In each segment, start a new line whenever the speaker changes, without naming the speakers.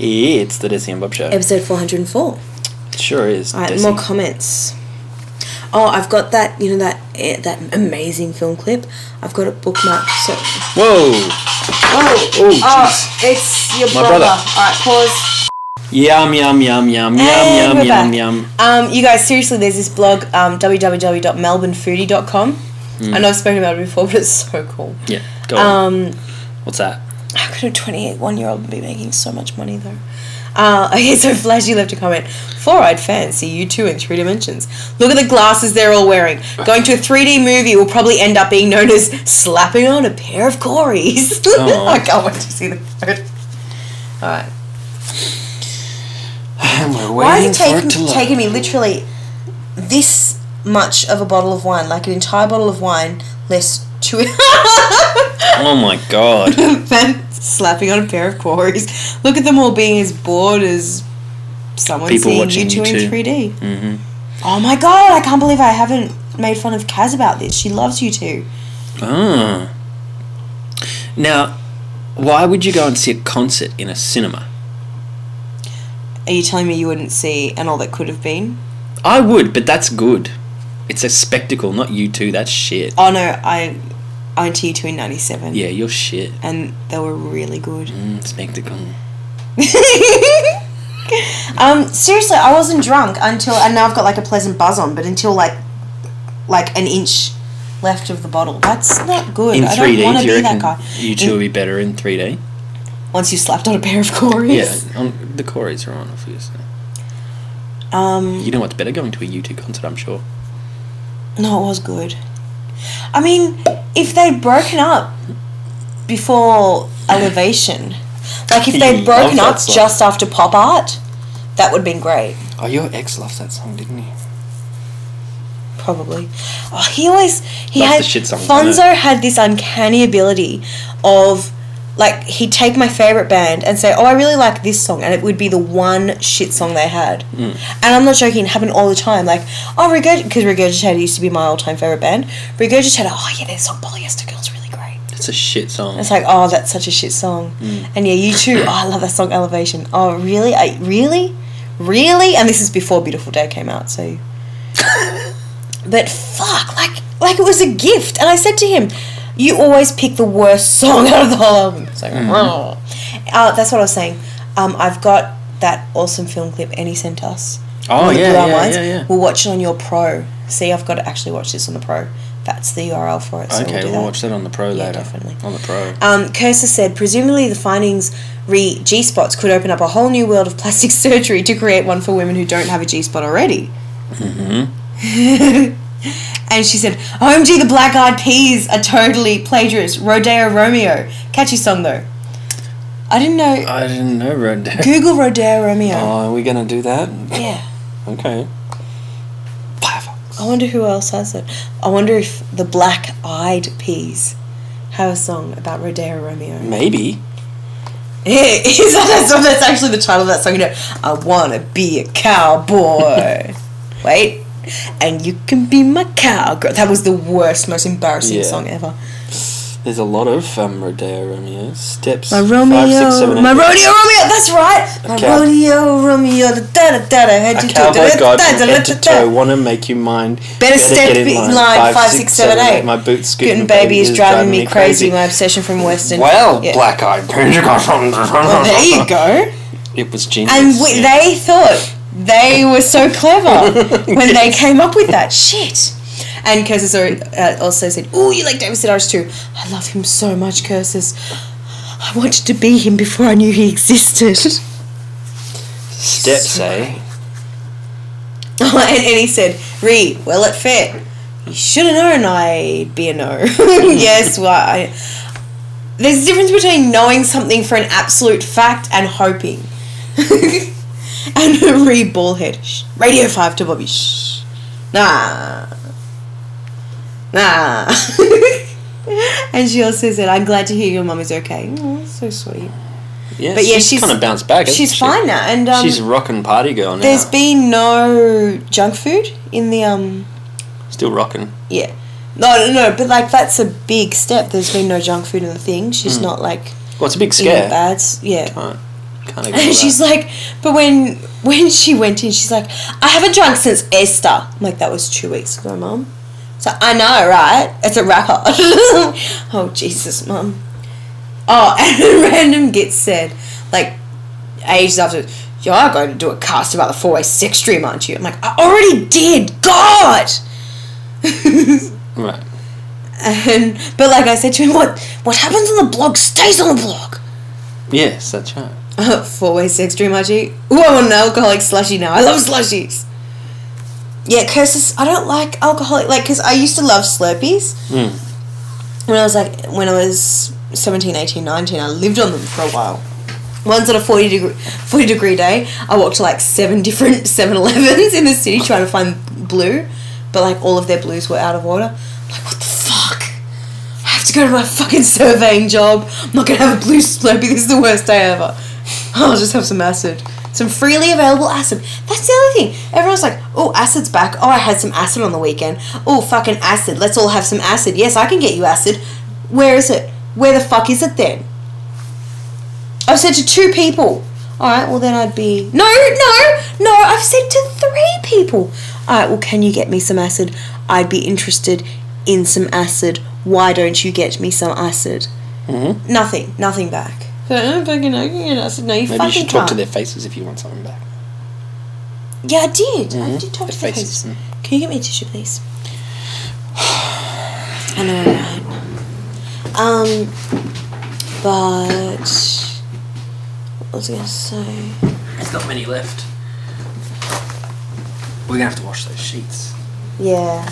E, It's the Desi and Bob Show.
Episode 404.
It sure is.
All right,
Desi.
more comments. Oh, I've got that, you know, that eh, that amazing film clip. I've got it bookmarked. So,
Whoa!
oh,
Oh, jeez.
Oh, it's your
My
brother.
brother.
All right, pause.
Yum, yum, yum, yum, yum,
And
yum,
we're
yum,
back.
yum.
Um, you guys, seriously, there's this blog, um, www.melbournefoodie.com. I know I've spoken about it before, but it's so cool.
Yeah, go on.
Um,
What's that?
How could a 28, one year old be making so much money though? Uh, okay, so Flashy left a comment. Four eyed fans see you two in three dimensions. Look at the glasses they're all wearing. Going to a 3D movie will probably end up being known as slapping on a pair of Corys.
Oh.
I can't wait to see the photo. Alright.
And we're waiting
Why is it
for
taking,
it to load.
taking me literally this much of a bottle of wine, like an entire bottle of wine, less two.
Oh my god.
fan slapping on a pair of quarries. Look at them all being as bored as someone
People
seeing
watching
you two
you two.
in 3D.
Mhm.
Oh my god, I can't believe I haven't made fun of Kaz about this. She loves you two.
Ah. Now, why would you go and see a concert in a cinema?
Are you telling me you wouldn't see and all that could have been?
I would, but that's good. It's a spectacle, not you two. That's shit.
Oh no, I I went to you two in 97.
Yeah, you're shit.
And they were really good.
Mm, spectacle.
um, seriously, I wasn't drunk until, and now I've got like a pleasant buzz on, but until like, like an inch left of the bottle. That's not good.
In
I don't
3D,
want
do
to
you
be
reckon
that guy.
you two would be better in 3D?
Once you slapped on a pair of Corys.
Yeah, on, the Corys are on, obviously.
Um,
You know what's better going to a U2 concert, I'm sure.
no, it was good. I mean, if they'd broken up before Elevation, like if
You
they'd
love
broken
that
up
song.
just after Pop Art, that would have been great.
Oh, your ex loved that song, didn't he?
probably. Oh, he always he
Loves
had
the shit songs,
Fonzo had this uncanny ability of like he'd take my favorite band and say, "Oh, I really like this song," and it would be the one shit song they had.
Hmm.
And I'm not joking; it happened all the time. Like, oh, Regurg because Regurgitator used to be my all-time favorite band. Regurgitator, oh yeah, their song Polyester Girl's really great.
It's a shit song.
It's like, oh, that's such a shit song.
Mm.
And yeah, you too. Oh, I love that song Elevation. Oh, really? I, really? Really? And this is before Beautiful Day came out, so. but fuck, like, like it was a gift. And I said to him, you always pick the worst song out of the whole album. It's
Mm.
like, "Oh." uh, that's what I was saying. Um, I've got that awesome film clip Annie sent us.
oh,
The
yeah,
blue-eyed
yeah,
ones.
yeah, yeah.
We'll watch it on your pro. See, I've got to actually watch this on the pro. That's the URL for it. So
okay,
do
we'll,
that.
watch that on the pro
Yeah,
later.
definitely.
On the pro.
Um, Cursor said, presumably the findings re G spots could open up a whole new world of plastic surgery to create one for women who don't have a G spot already. Mm-hmm. and she said, OMG, the black eyed peas are totally plagiarist. Rodeo Romeo. Catchy song though. I didn't know.
I didn't know Red
Google Rodeo Romeo.
Oh, are we gonna do that?
Yeah.
Okay. Firefox.
I wonder who else has it. I wonder if the black eyed peas have a song about Rodeo Romeo.
Maybe.
Hey, is that that song? That's actually the title of that song. You know, I wanna be a cowboy. Wait, and you can be my cowgirl. That was the worst, most embarrassing
Yeah.
song ever.
There's a lot of um, Rodeo Romeo steps.
My Romeo,
Five, six, seven, eight.
my rodeo Romeo. That's right, my
cow-
rodeo Romeo. Da da da da. da, head
A
to toe,
cowboy
da, da,
god
da,
from
da, da,
head to
da, da.
toe. Wanna make you mind.
step in line, five, six, seven, eight.
My boots
Good
scooting
baby is driving me crazy. My obsession from Western.
Well,
Yeah.
black eyed peas.
Well, there you go.
It was genius.
And we,
yeah.
they thought they were so clever when they came up with that shit. And Curses are, uh, also said, "Oh, you like David Sedaris too? I love him so much, Curses. I wanted to be him before I knew he existed."
steps, eh?
and, and he said, "Re, well, it fit. You should have known I'd be a no. yes, well, I, there's a difference between knowing something for an absolute fact and hoping." and re ballhead. Shh. Radio five to Bobby. Shh. Nah. Nah. and she also said, "I'm glad to hear your mum is okay." Oh, that's so sweet.
Yeah,
But yeah,
she's,
she's-
kind of bounced back. hasn't
She's
she?
fine now, and um,
she's a rockin' party girl now.
there's been no junk food in the um.
Still rocking.
Yeah. No, no, no, but like that's a big step. There's been no junk food in the thing. She's not like
Well, Hmm. it's a big
in the
scare.
bads. Yeah.
Right. Can't ignore
And
that.
she's like, but when when she went in, she's like, I haven't drunk since Esther. I'm like, that was two weeks ago, mum. So I know, right? It's a wrapper. oh Jesus, mum. Oh, and random gets said, like, ages after, you are going to do a cast about the four way sex dream, aren't you? I'm like, I already did. God.
right.
and but like I said to him, what what happens on the blog stays on the blog.
Yes, that's right.
Uh, Four way sex dream IG. Ooh, I want an alcoholic slushy now. I love slushies. Yeah, curses. I don't like alcoholic, like, because I used to love Slurpees.
Mm.
When I was like, when I was 17, 18, 19, I lived on them for a while. Once on a 40 degree, 40 degree day, I walked to like seven different 7 Elevens in the city trying to find blue, but like all of their blues were out of order. I'm like, what the fuck? I have to go to my fucking surveying job. I'm not gonna have a blue Slurpee. This is the worst day ever. Oh, I'll just have some acid. Some freely available acid. That's the other thing. Everyone's like, oh, acid's back. Oh, I had some acid on the weekend. Oh, fucking acid. Let's all have some acid. Yes, I can get you acid. Where is it? Where the fuck is it then? I've said to two people. Alright, well then I'd be. No, no, no, I've said to three people. Alright, well, can you get me some acid? I'd be interested in some acid. Why don't you get me some acid? Mm-hmm. Nothing, nothing back. So, "Oh, fucking, I can get acid. No, you
Maybe
fucking
you should talk to
can't."
their faces if you want something back.
Yeah, I did. I did talk
The
to the
faces,
faces.
mm.
Can you get me a tissue, please? I know, right? Um, but what was I gonna say?
There's not many left. We're gonna have to wash those sheets.
Yeah,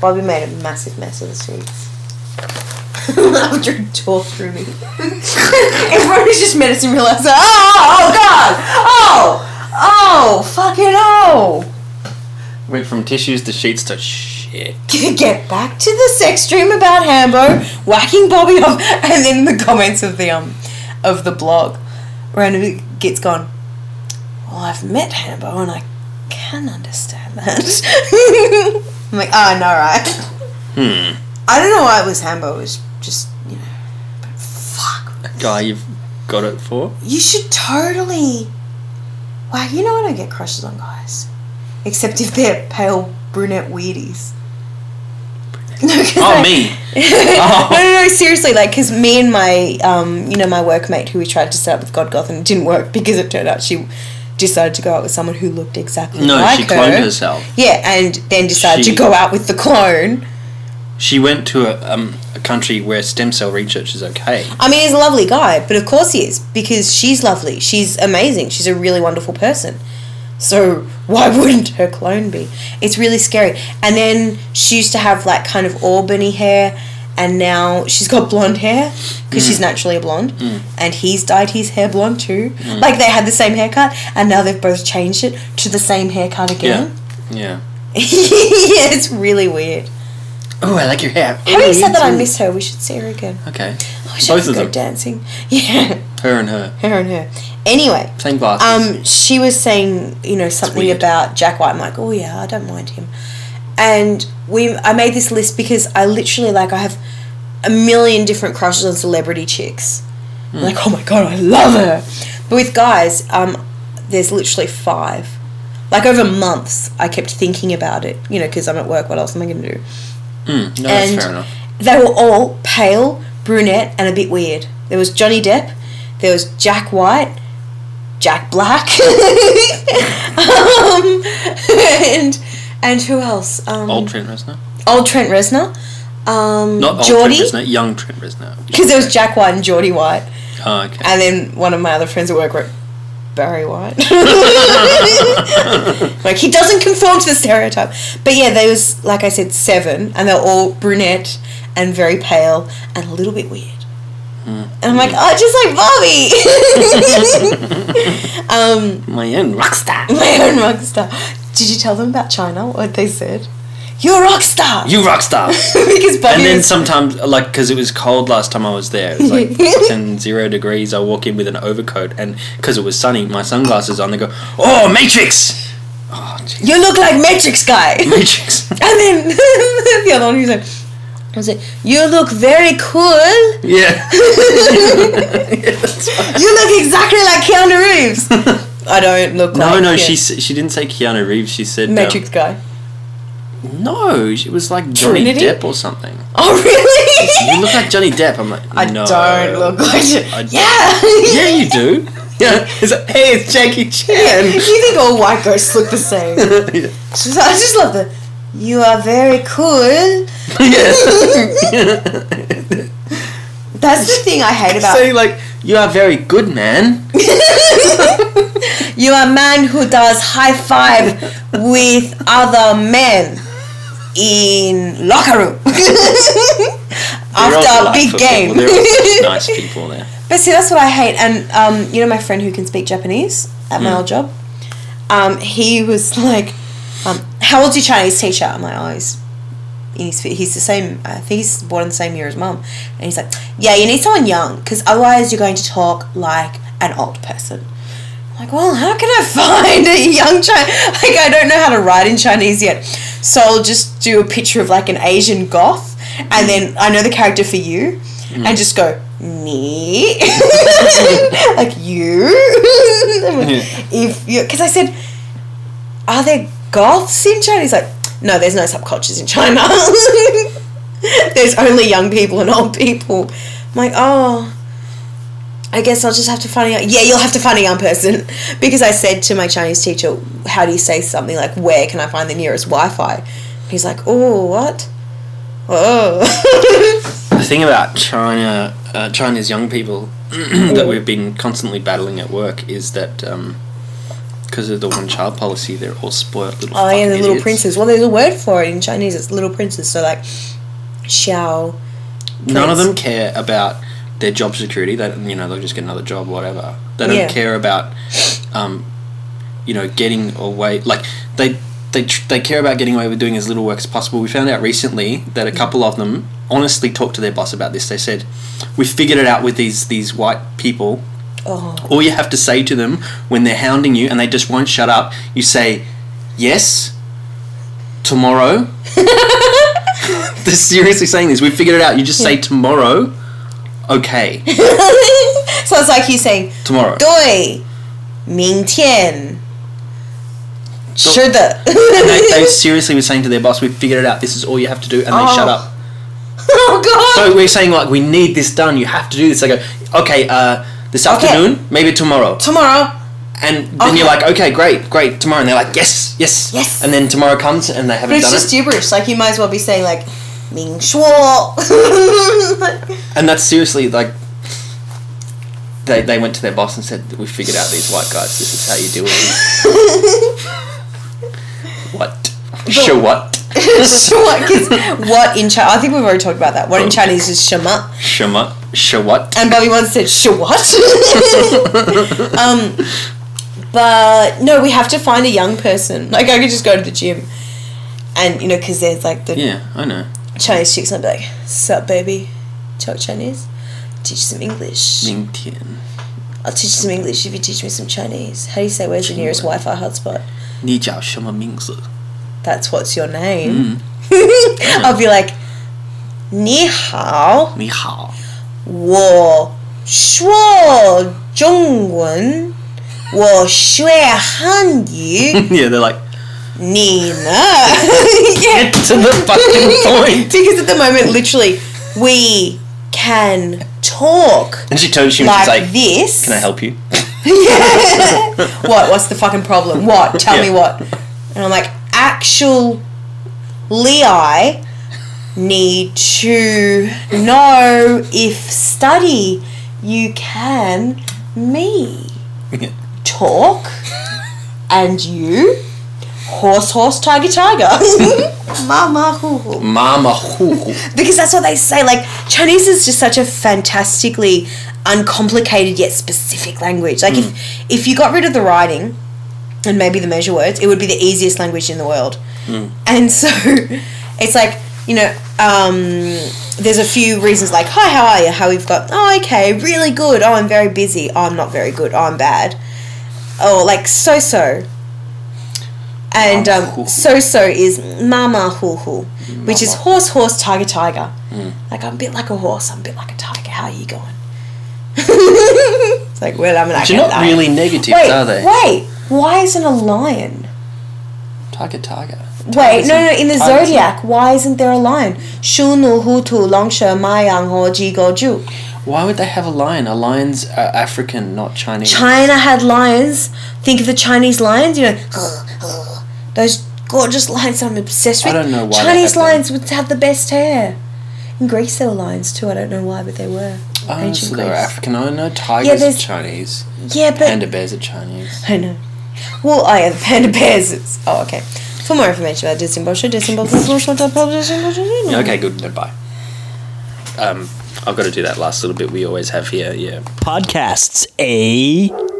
Bobby made a massive mess of the sheets. After he tore through me, everyone who's just met us and realised, oh, oh god, oh, oh, fucking oh.
Went from tissues to sheets to shit.
get back to the sex dream about Hambo whacking Bobby off, and then the comments of the um of the blog, randomly gets gone. Well, I've met Hambo and I can understand that. I'm like, ah, no, right.
Hmm.
I don't know why it was Hambo. It was just you know, but fuck.
Guy, you've got it for?
You should totally. Wow, you know I don't get crushes on guys, except if they're pale brunette weirdies. No, 'cause
Oh,
I-
me. Oh.
no, no, no, seriously, like, because me and my, um, you know, my workmate who we tried to set up with Godgoth and it didn't work because it turned out she decided to go out with someone who looked exactly
No,
like
she
her.
cloned herself.
Yeah, and then decided
She-
to go out with the clone.
She went to a, um, a country where stem cell research is okay.
I mean, he's a lovely guy, but of course he is because she's lovely. She's amazing. She's a really wonderful person. So why wouldn't her clone be? It's really scary. And then she used to have like kind of Albany hair, and now she's got blonde hair because
Mm.
she's naturally a blonde, and he's dyed his hair blonde too.
Mm.
Like they had the same haircut, and now they've both changed it to the same haircut
Yeah.
again.
Yeah.
Yeah, it's really weird.
Oh, I like your hair.
Harry said that I miss her. We should see her again.
Okay.
I should
Both of
go
them.
dancing. Yeah,
Her and her.
her and her. Anyway,
Same glasses.
um, she was saying, you know, something
weird.
about Jack White. I'm like, oh yeah, I don't mind him. And we, I made this list because I literally like I have a million different crushes on celebrity chicks. I'm Like, oh my god, I love her. But with guys, um, there's literally five. Like over months, I kept thinking about it. You know, because I'm at work. What else am I going to do?
Mm, no, that's
and
fair enough.
They were all pale, brunette, and a bit weird. There was Johnny Depp, there was Jack White, Jack Black, um, and and who else? Um,
Old Trent Reznor.
old Trent Reznor, um,
Not old
Geordie,
Trent Reznor, young Trent Reznor.
because there was Jack White and Geordie White,
Oh, okay.
and then one of my other friends at work wrote Barry White. like he doesn't conform to the stereotype. But yeah, there was like I said seven, and they're all brunette and very pale and a little bit weird. And I'm like, oh, just like Bobby,
My own rockstar.
my own rock star. Did you tell them about China? What they said? You're a rock star.
You rockstar.
because Bobby.
And then
was-
sometimes, like, because it was cold last time I was there, it was like fucking zero degrees. I walk in with an overcoat, and because it was sunny, my sunglasses on. They go, "Oh, Matrix! Oh, jeez,
you look like Matrix guy.
Matrix!
And then the other one who's like,
I was like, you look very cool.
Yeah.
You look exactly like Keanu Reeves. I don't look
no,
like
no,
Keanu-
she s- she didn't say Keanu Reeves. She said um,
Matrix guy.
no, she was like Johnny
Trinity?
Depp or something.
Oh
You
really?
look like Johnny Depp. I'm like,
I
no.
don't look like you.
I don't.
Yeah.
Yeah, you do. Yeah. It's like, hey, it's Jackie
you
Chan.
think all white ghosts look the same?
yeah.
She's like, I just love the. You are very cool. That's the thing I hate about.
Say like, you are very good, man.
you are a man who does high five with other men in locker room
They're
after
all
a
delightful
big
people.
game.
They're all nice people there.
But see, that's what I hate. And um, you know, my friend who can speak Japanese at my old job, um, he was like, um, "How old's your Chinese teacher?" I'm like, "Oh, he's." He's, he's the same. I think he's born the same year as mum, and he's like, "Yeah, you need someone young, because otherwise you're going to talk like an old person." I'm like, well, how can I find a young Chinese? Like, I don't know how to write in Chinese yet, so I'll just do a picture of like an Asian goth, and then I know the character for you, and just go me, like you. I'm like,
Yeah.
If you, because I said, are there goths in China? He's like, no, there's no subcultures in China. there's only young people and old people. I'm like, oh, I guess I'll just have to find a young. Yeah, you'll have to find a young person because I said to my Chinese teacher, "How do you say something like where can I find the nearest Wi-Fi?" He's like, "Oh, what? Oh,
The thing about China, uh, China's young people that we've been constantly battling at work is that because of the one-child policy, they're all spoiled little.
oh, yeah,
fucking
the little
idiots.
princes. Well, there's a word for it in Chinese. It's little princes. So like, xiao.
None of
prince.
them care about their job security. They, you know, they'll just get another job, whatever. They don't
Yeah.
care about, um, you know, getting away. Like they, they, tr- they care about getting away with doing as little work as possible. We found out recently that a couple of them honestly talked to their boss about this. They said, "We figured it out with these these white people."
Oh,
All you have to say to them when they're hounding you and they just won't shut up, you say, Yes, tomorrow. they're seriously saying this. We figured it out. You just say tomorrow. Okay,
so it's like he's saying,
tomorrow.
对，明天，是的。
And they, they seriously were saying to their boss, We figured it out. This is all you have to do. And they
Oh.
shut up.
oh god.
So we're saying, like, we need this done. You have to do this. They go, Okay, uh, this
Okay.
afternoon, maybe tomorrow.
Tomorrow.
And then you're
Okay.
like, okay, great, great, tomorrow. And they're like, yes, yes,
Yes.
And then tomorrow comes and they
But
haven't
it's
done it.
just gibberish. Like you might as well be saying like, 明说.
And that's seriously like they, they went to their boss and said, "We figured out these white guys. This is how you deal with them." what? Sure, what?
Sure, like, 'cause what in Chinese? I think we've already talked about that. What
Oh.
in Chinese is shema,
Sure, what? Sure, what?
and Bobby once said sure what. um, but no, we have to find a young person. Like I could just go to the gym, and you know, because there's like the
Yeah, I know.
Chinese chicks, and I'd be like, "Sup, baby? Talk Chinese? Teach you some English.
Ming Tian.
I'll teach you some English if you teach me some Chinese. How do you say where's the nearest Wi-Fi hotspot?
Ni jiao shen me ming zi?
That's what's your name.
Hmm.
I'll be like, "Ni hao,
Ni hao.
wo shuo zhongwen, wo shui hanyu,
Yeah, they're like
ni ne." Yeah.
get to the fucking point.
Because at the moment, literally, we can talk
And she turns to you and she's
like
like,
this.
"Can I help you?"
what? What's the fucking problem? What? Tell me
Yeah.
what. And I'm like, actual I need to know if study you can me
Yeah.
talk and you horse horse tiger tiger mama hoo hoo
Mama hoo hoo.
because that's what they say. Like Chinese is just such a fantastically uncomplicated yet specific language. Like if if you got rid of the writing and maybe the measure words, it would be the easiest language in the world.
Hmm.
And so it's like you know. Um, there's a few reasons like hi how are you how we've got oh okay really good oh i'm very busy oh i'm not very good oh i'm bad oh like so so And
Mama hoo
um,
hoo.
so so is mama hoo hoo,
Mm,
which is horse horse tiger tiger.
Hmm.
Like I'm a bit like a horse, I'm a bit like a tiger. How are you going? it's like well I'm an.
They're not really negatives,
Wait,
are they?
wait. Why isn't a lion?
Tiger, tiger.
Wait, no, no, in the
Tigers,
zodiac, why isn't there a lion? Shu nu hu tu long she mai yang ho ji go ju.
Why would they have a lion? A lion's uh, African, not Chinese.
China had lions. Think of the Chinese lions, you know, those gorgeous lions I'm obsessed
I
with.
don't know why they
Chinese
had them.
lions would have the best hair. In Greece, there were lions too. I don't know why, but they were.
oh, so they're African. I know
Yeah,
tigers are
there's-
Chinese.
Yeah, but
Panda bears are Chinese.
I know. Well, I have panda bears. It's, oh, okay. For more information about Disembosher, Disembosher,
Yeah, okay, good. No, bye. Um, I've got to do that last little bit we always have here. Yeah.
Podcasts, eh?